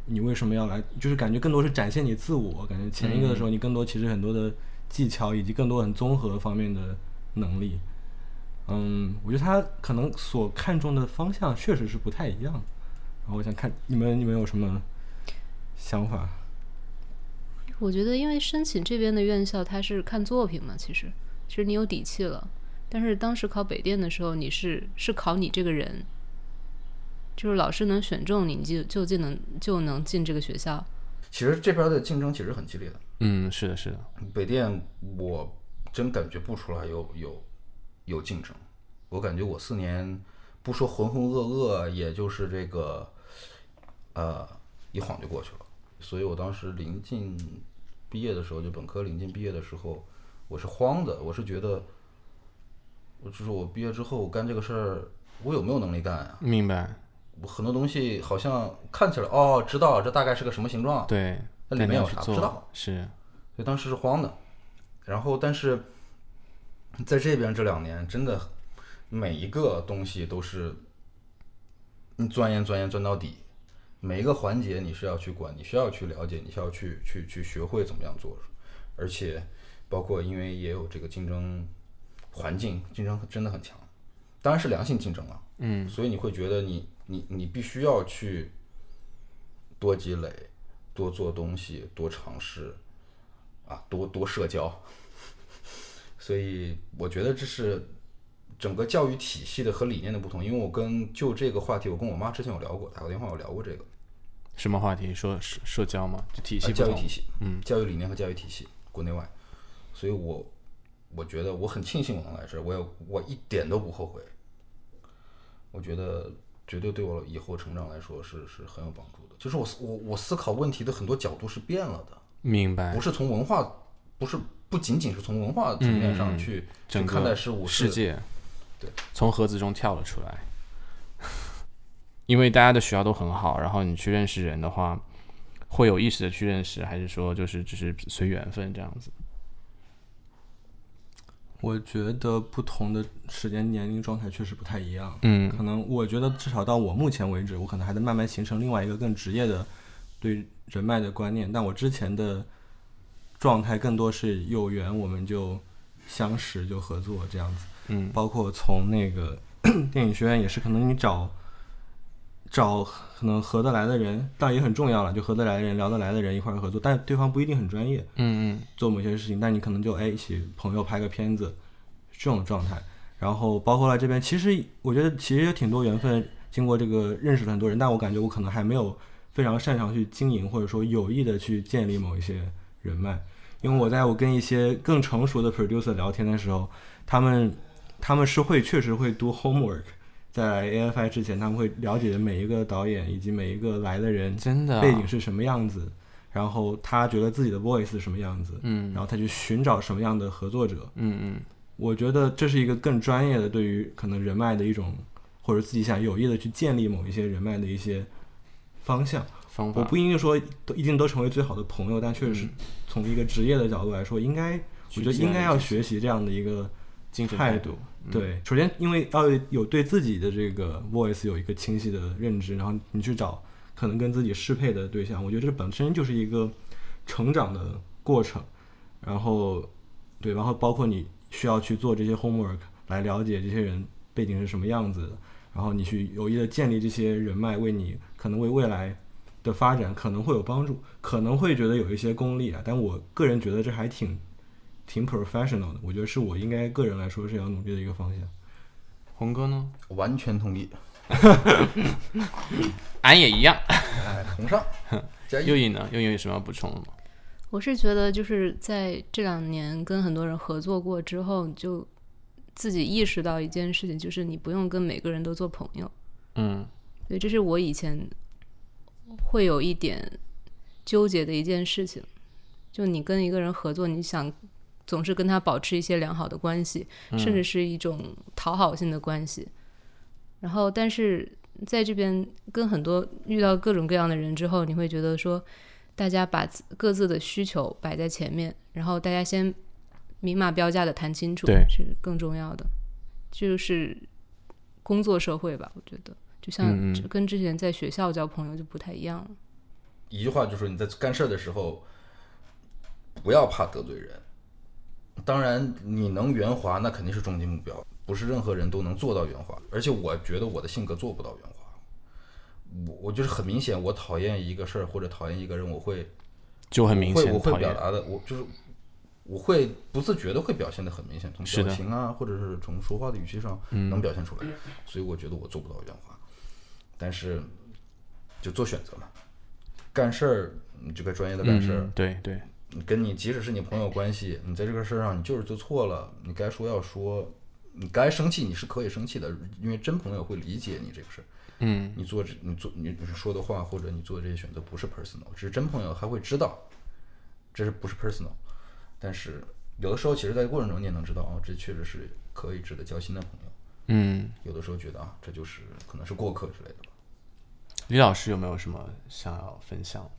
你为什么要来，就是感觉更多是展现你自我。感觉前一个的时候，你更多其实很多的技巧以及更多很综合方面的能力。嗯，我觉得他可能所看重的方向确实是不太一样的。然后我想看你们你们有什么想法？我觉得，因为申请这边的院校，它是看作品嘛，其实，其实你有底气了。但是当时考北电的时候，你是是考你这个人，就是老师能选中你，你就就进能就能进这个学校。其实这边的竞争其实很激烈的，嗯，是的，是的，北电我真感觉不出来有有有竞争，我感觉我四年不说浑浑噩噩，也就是这个呃一晃就过去了。所以我当时临近毕业的时候，就本科临近毕业的时候，我是慌的，我是觉得，我就是我毕业之后我干这个事儿，我有没有能力干啊？明白。我很多东西好像看起来哦，知道这大概是个什么形状，对，那啊里但你面要有去啥不知道做？是，所以当时是慌的。然后，但是在这边这两年，真的每一个东西都是你钻研、钻研、钻到底，每一个环节你是要去管，你需要去了解，你需要去去去学会怎么样做，而且包括因为也有这个竞争环境，竞争真的很强，当然是良性竞争了，嗯，所以你会觉得你你你必须要去多积累，多做东西，多尝试，啊，多多社交。所以我觉得这是整个教育体系的和理念的不同。因为我跟就这个话题，我跟我妈之前有聊过，打过电话有聊过这个什么话题？说社社交吗？就体系啊不教育同体。系，嗯，教育理念和教育体系，国内外。所以我我觉得我很庆幸我能来这儿，我也我一点都不后悔。我觉得绝对对我以后成长来说是是很有帮助的。就是我思我我思考问题的很多角度是变了的。明白不。是从文化，不是不仅仅是从文化层嗯面嗯上嗯去、去整个看待事物，世是界，对，从盒子中跳了出来。 因为大家的学校都很好，然后你去认识人的话，会有意识的去认识，还是说就是只是随缘分这样子？我觉得不同的时间年龄状态确实不太一样。嗯可能我觉得至少到我目前为止，我可能还在慢慢形成另外一个更职业的对人脉的观念。但我之前的状态更多是有缘我们就相识就合作这样子。嗯 包括从那个电影学院也是，可能你找找可能合得来的人，当然也很重要了，就合得来的人、聊得来的人一块儿合作，但对方不一定很专业，嗯嗯，做某些事情，但你可能就哎一起朋友拍个片子这种状态。然后包括来这边，其实我觉得其实也挺多缘分，经过这个认识了很多人，但我感觉我可能还没有非常擅长去经营，或者说有意的去建立某一些人脉。因为我在我跟一些更成熟的 producer 聊天的时候，他们他们是会确实会 do homework，在 AFI 之前他们会了解每一个导演以及每一个来的人真的啊背景是什么样子，然后他觉得自己的 voice 是什么样子，嗯然后他去寻找什么样的合作者。嗯嗯。我觉得这是一个更专业的对于可能人脉的一种，或者自己想有意的去建立某一些人脉的一些方向。方法嗯我不一定说都一定都成为最好的朋友，但确实从一个职业的角度来说，应该我觉得应该要学习这样的一个精神态度，嗯度。对，首先因为要有对自己的这个 voice 有一个清晰的认知，然后你去找可能跟自己适配的对象，我觉得这本身就是一个成长的过程。然后，对，然后包括你需要去做这些 homework 来了解这些人背景是什么样子的，然后你去有意的建立这些人脉，为你可能为未来的发展可能会有帮助，可能会觉得有一些功利啊，但我个人觉得这还挺挺 professional 的，我觉得是我应该个人来说是要努力的一个方向。红哥呢？完全同意，俺也一样。哎，同 上，加右一，影呢？右影有什么要补充的吗？我是觉得，就是在这两年跟很多人合作过之后，你就自己意识到一件事情，就是你不用跟每个人都做朋友。嗯对，这是我以前会有一点纠结的一件事情。就你跟一个人合作，你想总是跟他保持一些良好的关系，甚至是一种讨好性的关系。然后，但是在这边跟很多遇到各种各样的人之后，你会觉得说，大家把自各自的需求摆在前面，然后大家先明码标价的谈清楚对，是更重要的。就是工作社会吧，我觉得嗯就像嗯这跟之前在学校交朋友就不太一样了。一句话就是你在干事儿的时候，不要怕得罪人。当然，你能圆滑，那肯定是终极目标，不是任何人都能做到圆滑。而且我觉得我的性格做不到圆滑，我我就是很明显，我讨厌一个事儿或者讨厌一个人，我会就很明会显我会讨表厌。达的，我就是我会不自觉的会表现的很明显，从是的嗯表情啊，或者是从说话的语气上能表现出来，所以我觉得我做不到圆滑，但是就做选择嘛，干事儿你就该专业的干事儿嗯，，对对，你跟你即使是你朋友关系，你在这个事儿上你就是做错了，你该说要说，你该生气你是可以生气的，因为真朋友会理解你这个事儿。嗯，你做这你做你说的话或者你做的这些选择不是 personal，只是真朋友还会知道这是不是 personal，但是有的时候其实在过程中你也能知道哦，这确实是可以值得交心的朋友。嗯，有的时候觉得啊，这就是可能是过客之类的吧。李老师有没有什么想要分享？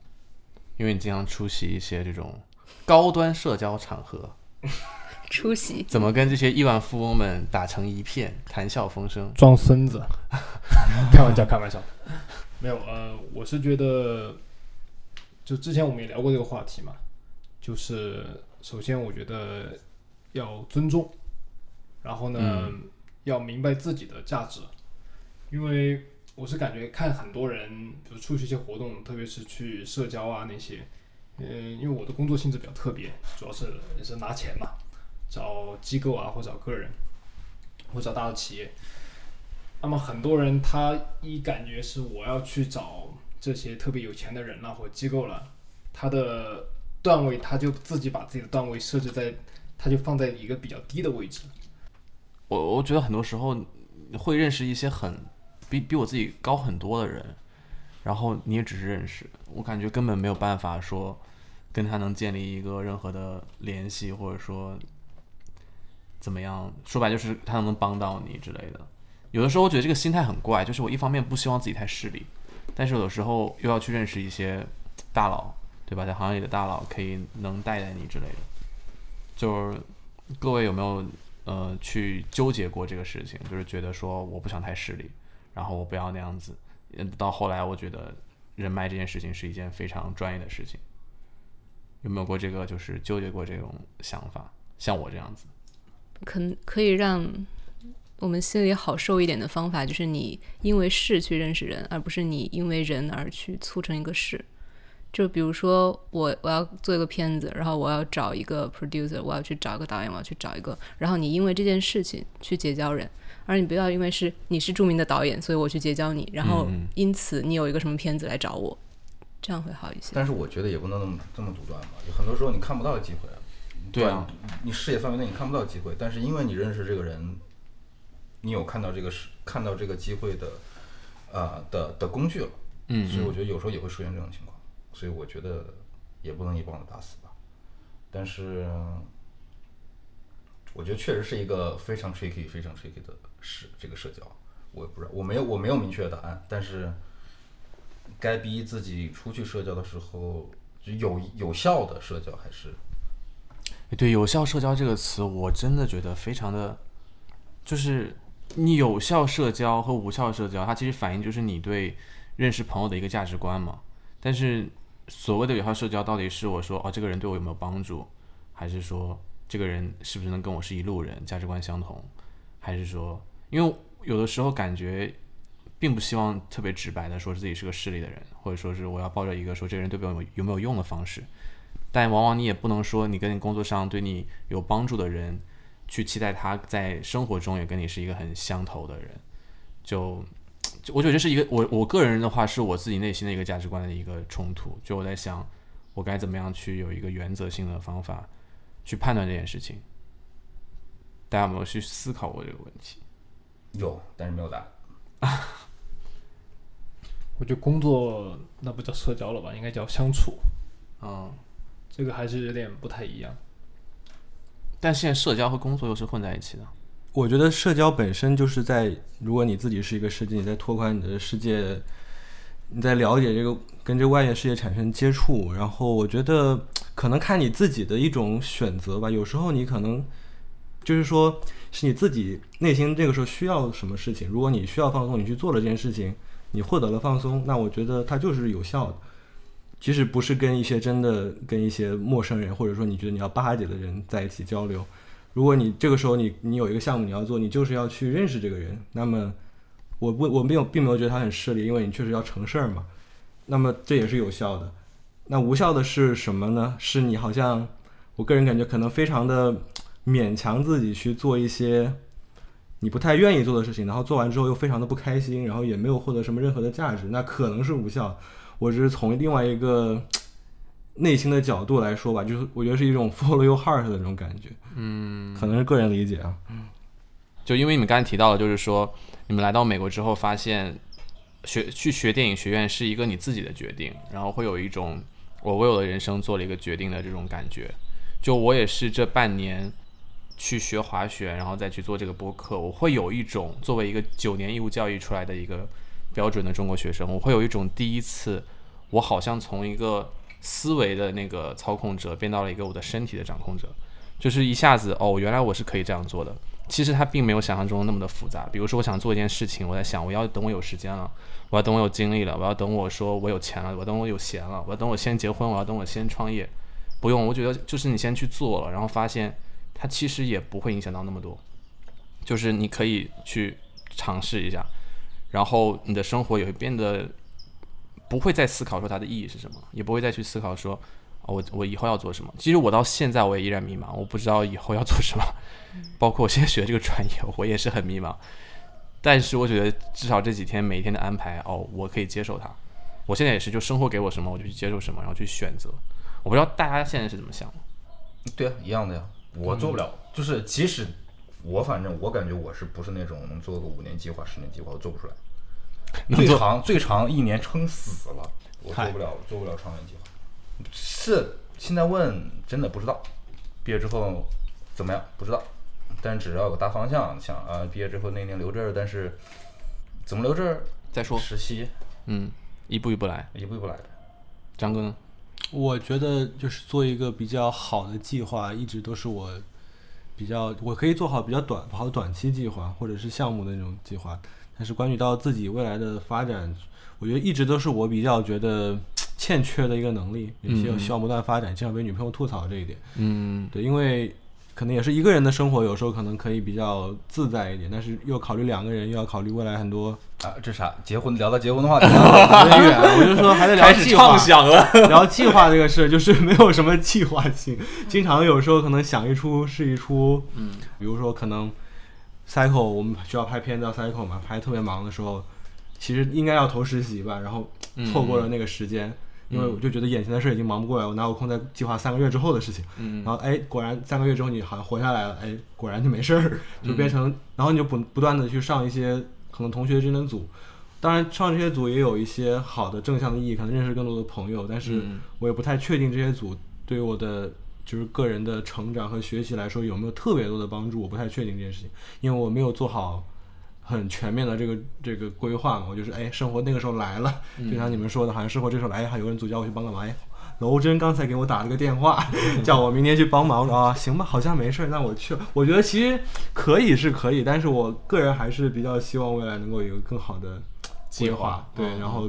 因为你经常出席一些这种高端社交场合，出席怎么跟这些亿万富翁们打成一片，谈笑风生？装 孙子，开玩笑，开玩笑。 没有，呃，我是觉得，就之前我们也聊过这个话题嘛，就是首先我觉得要尊重，然后呢，嗯要明白自己的价值，因为我是感觉看很多人，比如出去一些活动，特别是去社交啊那些，嗯、因为我的工作性质比较特别，主要是也是拿钱嘛，找机构啊或者找个人，或者找大的企业。那么很多人他一感觉是我要去找这些特别有钱的人了或机构了，他的段位他就自己把自己的段位设置在，他就放在一个比较低的位置。我我觉得很多时候会认识一些很比比我自己高很多的人，然后你也只是认识，我感觉根本没有办法说跟他能建立一个任何的联系，或者说怎么样，说白就是他能帮到你之类的。有的时候我觉得这个心态很怪，就是我一方面不希望自己太势利，但是有的时候又要去认识一些大佬，对吧？在行业里的大佬可以能带带你之类的。就是各位有没有呃去纠结过这个事情，就是觉得说我不想太势利，然后我不要那样子。嗯，到后来我觉得人脉这件事情是一件非常专业的事情，有没有过这个就是纠结过这种想法？像我这样子，可能可以让我们心里好受一点的方法，就是你因为事去认识人，而不是你因为人而去促成一个事。就比如说我我要做一个片子，然后我要找一个 producer，我要去找一个导演，我要去找一个，然后你因为这件事情去结交人，而你不要因为是你是著名的导演，所以我去结交你，然后嗯嗯因此你有一个什么片子来找我，这样会好一些。但是我觉得也不能那么这么独断吧，有很多时候你看不到机会，对啊短，你视野范围内你看不到机会，但是因为你认识这个人，你有看到这个是看到这个机会的，呃的的工具了，嗯所以我觉得有时候也会出现这种情况，所以我觉得也不能一棒子打死吧，但是我觉得确实是一个非常 tricky、非常 tricky 的事，这个社交，我也不知道，我没有我没有明确的答案，但是该逼自己出去社交的时候，就有有效的社交还是对“有效社交”这个词，我真的觉得非常的，就是你有效社交和无效社交，它其实反映就是你对认识朋友的一个价值观嘛。但是所谓的有效社交，到底是我说哦，这个人对我有没有帮助，还是说这个人是不是能跟我是一路人，价值观相同，还是说，因为有的时候感觉。并不希望特别直白的说自己是个势利的人，或者说是我要抱着一个说这个人对我有没有有没有用的方式，但往往你也不能说你跟你工作上对你有帮助的人，去期待他在生活中也跟你是一个很相投的人。就就我觉得这是一个我我个人的话，是我自己内心的一个价值观的一个冲突。就我在想，我该怎么样去有一个原则性的方法去判断这件事情。大家有没有去思考过这个问题？有，但是没有答案。我觉得工作那不叫社交了吧，应该叫相处，啊嗯，这个还是有点不太一样。但现在社交和工作又是混在一起的。我觉得社交本身就是在，如果你自己是一个世界，你在拓宽你的世界，你在了解这个跟这外界世界产生接触，然后我觉得可能看你自己的一种选择吧。有时候你可能就是说是你自己内心这个时候需要什么事情，如果你需要放松，你去做了这件事情，你获得了放松，那我觉得它就是有效的。即使不是跟一些真的跟一些陌生人，或者说你觉得你要巴结的人在一起交流，如果你这个时候你你有一个项目你要做，你就是要去认识这个人，那么我不我没有并没有觉得他很势利，因为你确实要成事儿嘛，那么这也是有效的。那无效的是什么呢？是你好像我个人感觉可能非常的勉强自己去做一些你不太愿意做的事情，然后做完之后又非常的不开心，然后也没有获得什么任何的价值，那可能是无效。我只是从另外一个内心的角度来说吧，就是我觉得是一种 follow your heart 的那种感觉。可能是个人理解啊。就因为你们刚才提到了，就是说你们来到美国之后，发现学去学电影学院是一个你自己的决定，然后会有一种我为我的人生做了一个决定的这种感觉。就我也是这半年去学滑雪，然后再去做这个播客，我会有一种作为一个九年义务教育出来的一个标准的中国学生，我会有一种第一次我好像从一个思维的那个操控者变到了一个我的身体的掌控者，就是一下子哦，原来我是可以这样做的。其实它并没有想象中那么的复杂。比如说，我想做一件事情，我在想，我要等我有时间了，我要等我有精力了，我要等我说我有钱了，我要等我有闲了，我要等我先结婚，我要等我先创业。不用，我觉得就是你先去做了，然后发现它其实也不会影响到那么多，就是你可以去尝试一下，然后你的生活也会变得不会再思考说它的意义是什么，也不会再去思考说。哦我我以后要做什么？其实我到现在我也依然迷茫，我不知道以后要做什么。包括我现在学这个专业，我也是很迷茫。但是我觉得至少这几天每天的安排，哦，我可以接受它。我现在也是，就生活给我什么，我就去接受什么，然后去选择。我不知道大家现在是怎么想的。对啊，一样的呀，我做不了，就是即使我反正我感觉我是不是那种能做个五年计划、十年计划，我做不出来。最长最长一年撑死了，我做不了，做不了长远计划。是现在问真的不知道，毕业之后怎么样不知道，但只要有大方向，想啊毕业之后那一年留这儿，但是怎么留这儿？再说，实习嗯，一步一步来。一步一步来呗。张哥呢？我觉得就是做一个比较好的计划，一直都是我比较我可以做好比较短跑短期计划或者是项目的那种计划，但是关于到自己未来的发展，我觉得一直都是我比较觉得欠缺的一缺的一个能力，也需要需要不断发展，经常被女朋友吐槽这一点。嗯，对，因为可能也是一个人的生活，有时候可能可以比较自在一点，但是又考虑两个人，又要考虑未来很多啊，这啥？结婚聊到结婚的话题了， 很远。我就说还在聊开始计划畅，想了。聊计划这个事儿就是没有什么计划性，经常有时候可能想一出是一出。嗯，比如说可能 cycle 我们需要拍片子要 cycle 嘛，拍特别忙的时候，其实应该要投实习吧，然后嗯错过了那个时间。因为我就觉得眼前的事儿已经忙不过来，我哪有空再计划三个月之后的事情？嗯然后哎，果然三个月之后你好像活下来了，哎，果然就没事儿，就嗯变成，然后你就不不断的去上一些可能同学之间的组，当然上这些组也有一些好的正向的意义，可能认识更多的朋友，但是我也不太确定这些组对于我的就是个人的成长和学习来说有没有特别多的帮助，我不太确定这件事情，因为我没有做好。很全面的这个这个规划嘛，我就是哎，生活那个时候来了，嗯就像你们说的，好像生活这时候来，哎还有人组叫我去帮个忙，哎，楼真刚才给我打了个电话，嗯叫我明天去帮忙啊，行吧，好像没事儿，那我去了。我觉得其实可以是可以，但是我个人还是比较希望未来能够有一个更好的计计划划，对，嗯然后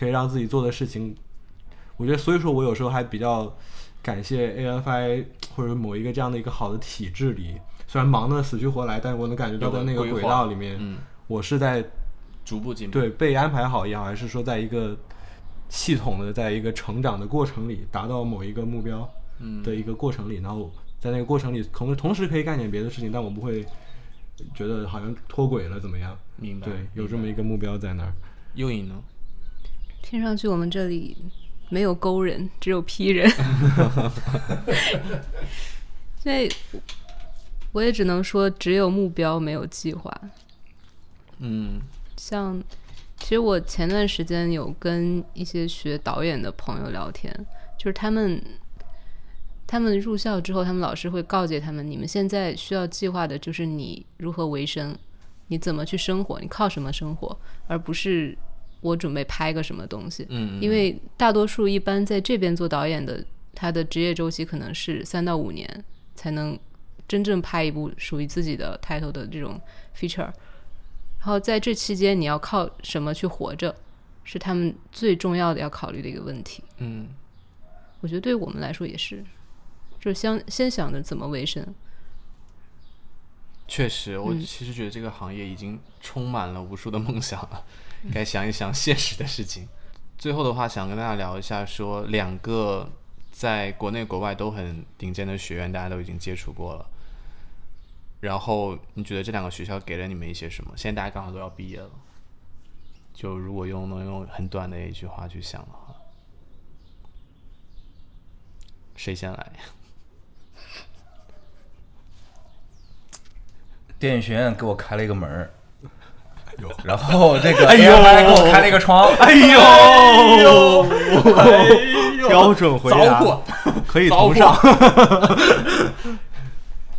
可以让自己做的事情，我觉得所以说我有时候还比较感谢 AFI 或者某一个这样的一个好的体制里，虽然忙得死去活来，但是我能感觉到有个在那个规轨划道里面，嗯，我是在逐步进步。对被安排好也好，还是说在一个系统的在一个成长的过程里达到某一个目标嗯的一个过程里，然后在那个过程里同同时可以干点别的事情，但我不会觉得好像脱轨了怎么样？明白。对，有这么一个目标在那儿。右影呢？听上去我们这里没有勾人，只有批人，所以我也只能说只有目标没有计划。嗯像其实我前段时间有跟一些学导演的朋友聊天，就是他们他们入校之后，他们老师会告诫他们，你们现在需要计划的就是你如何为生，你怎么去生活，你靠什么生活，而不是我准备拍个什么东西。嗯，因为大多数一般在这边做导演的，他的职业周期可能是三到五年才能真正拍一部属于自己的 title 的这种 feature。然后在这期间，你要靠什么去活着，是他们最重要的要考虑的一个问题。嗯，我觉得对我们来说也是，就是先先想着怎么维生。确实，我嗯其实觉得这个行业已经充满了无数的梦想了，嗯该想一想现实的事情。最后的话，想跟大家聊一下，说两个在国内国外都很顶尖的学院，大家都已经接触过了。然后你觉得这两个学校给了你们一些什么？现在大家刚好都要毕业了，就如果用能用很短的一句话去想的话，谁先来？电影学院给我开了一个门儿，哎然后这个 AI 给我开了一个窗，哎呦，哎 标准回答，可以同上。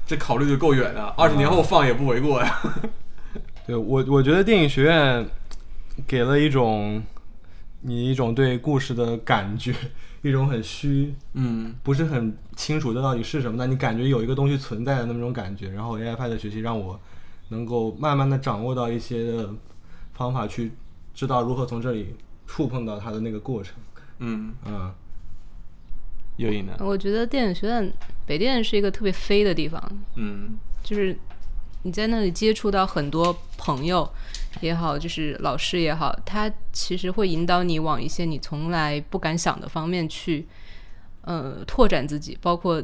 这考虑的够远了，二十年后放也不为过呀。对我，我觉得电影学院给了一种你一种对故事的感觉， 一种很虚嗯不是很清楚这到底是什么，但你感觉有一个东西存在的那么种感觉。然后 AI 的学习让我能够慢慢的掌握到一些的方法，去知道如何从这里触碰到它的那个过程。嗯，嗯，右影呢？我觉得电影学院北电是一个特别飞的地方，嗯就是你在那里接触到很多朋友也好，就是老师也好，他其实会引导你往一些你从来不敢想的方面去，呃，拓展自己，包括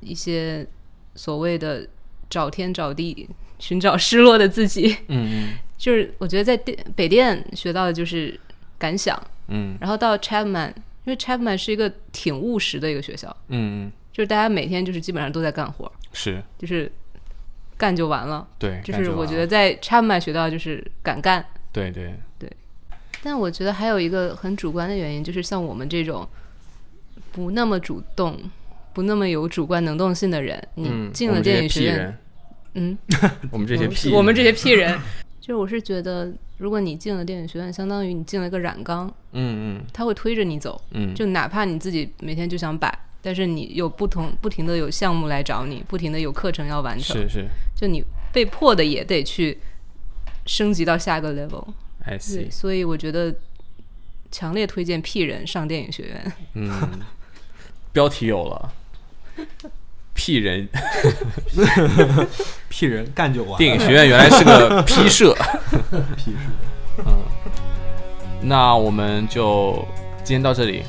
一些所谓的找天找地，寻找失落的自己。 嗯就是我觉得在电北电学到的就是敢想，嗯然后到 Chapman，因为 Chapman 是一个挺务实的一个学校，嗯嗯，就是大家每天就是基本上都在干活，是就是干就完了。对，就是我觉得得在 Chapman 学到的就是敢干，对对，但我觉得还有一个很主观的原因，就是像我们这种不那么主动、不那么有主观能动性的人，嗯你进了电影学院，，嗯，我们这我些们屁人，我们这些 屁人，就是我是觉得，如果你进了电影学院，相当于你进了一个染缸，嗯它会推着你走，嗯嗯，就哪怕你自己每天就想摆。但是你有不同不停的有项目来找你，不停的有课程要完成，是是就你被迫的也得去升级到下一个 level。 ，I 对， see，所以我觉得强烈推荐 屁人上电影学院。嗯，标题有了。屁 人屁人干就完。电影学院原来是 个 P 社。嗯屁事。那我们就今天到这里，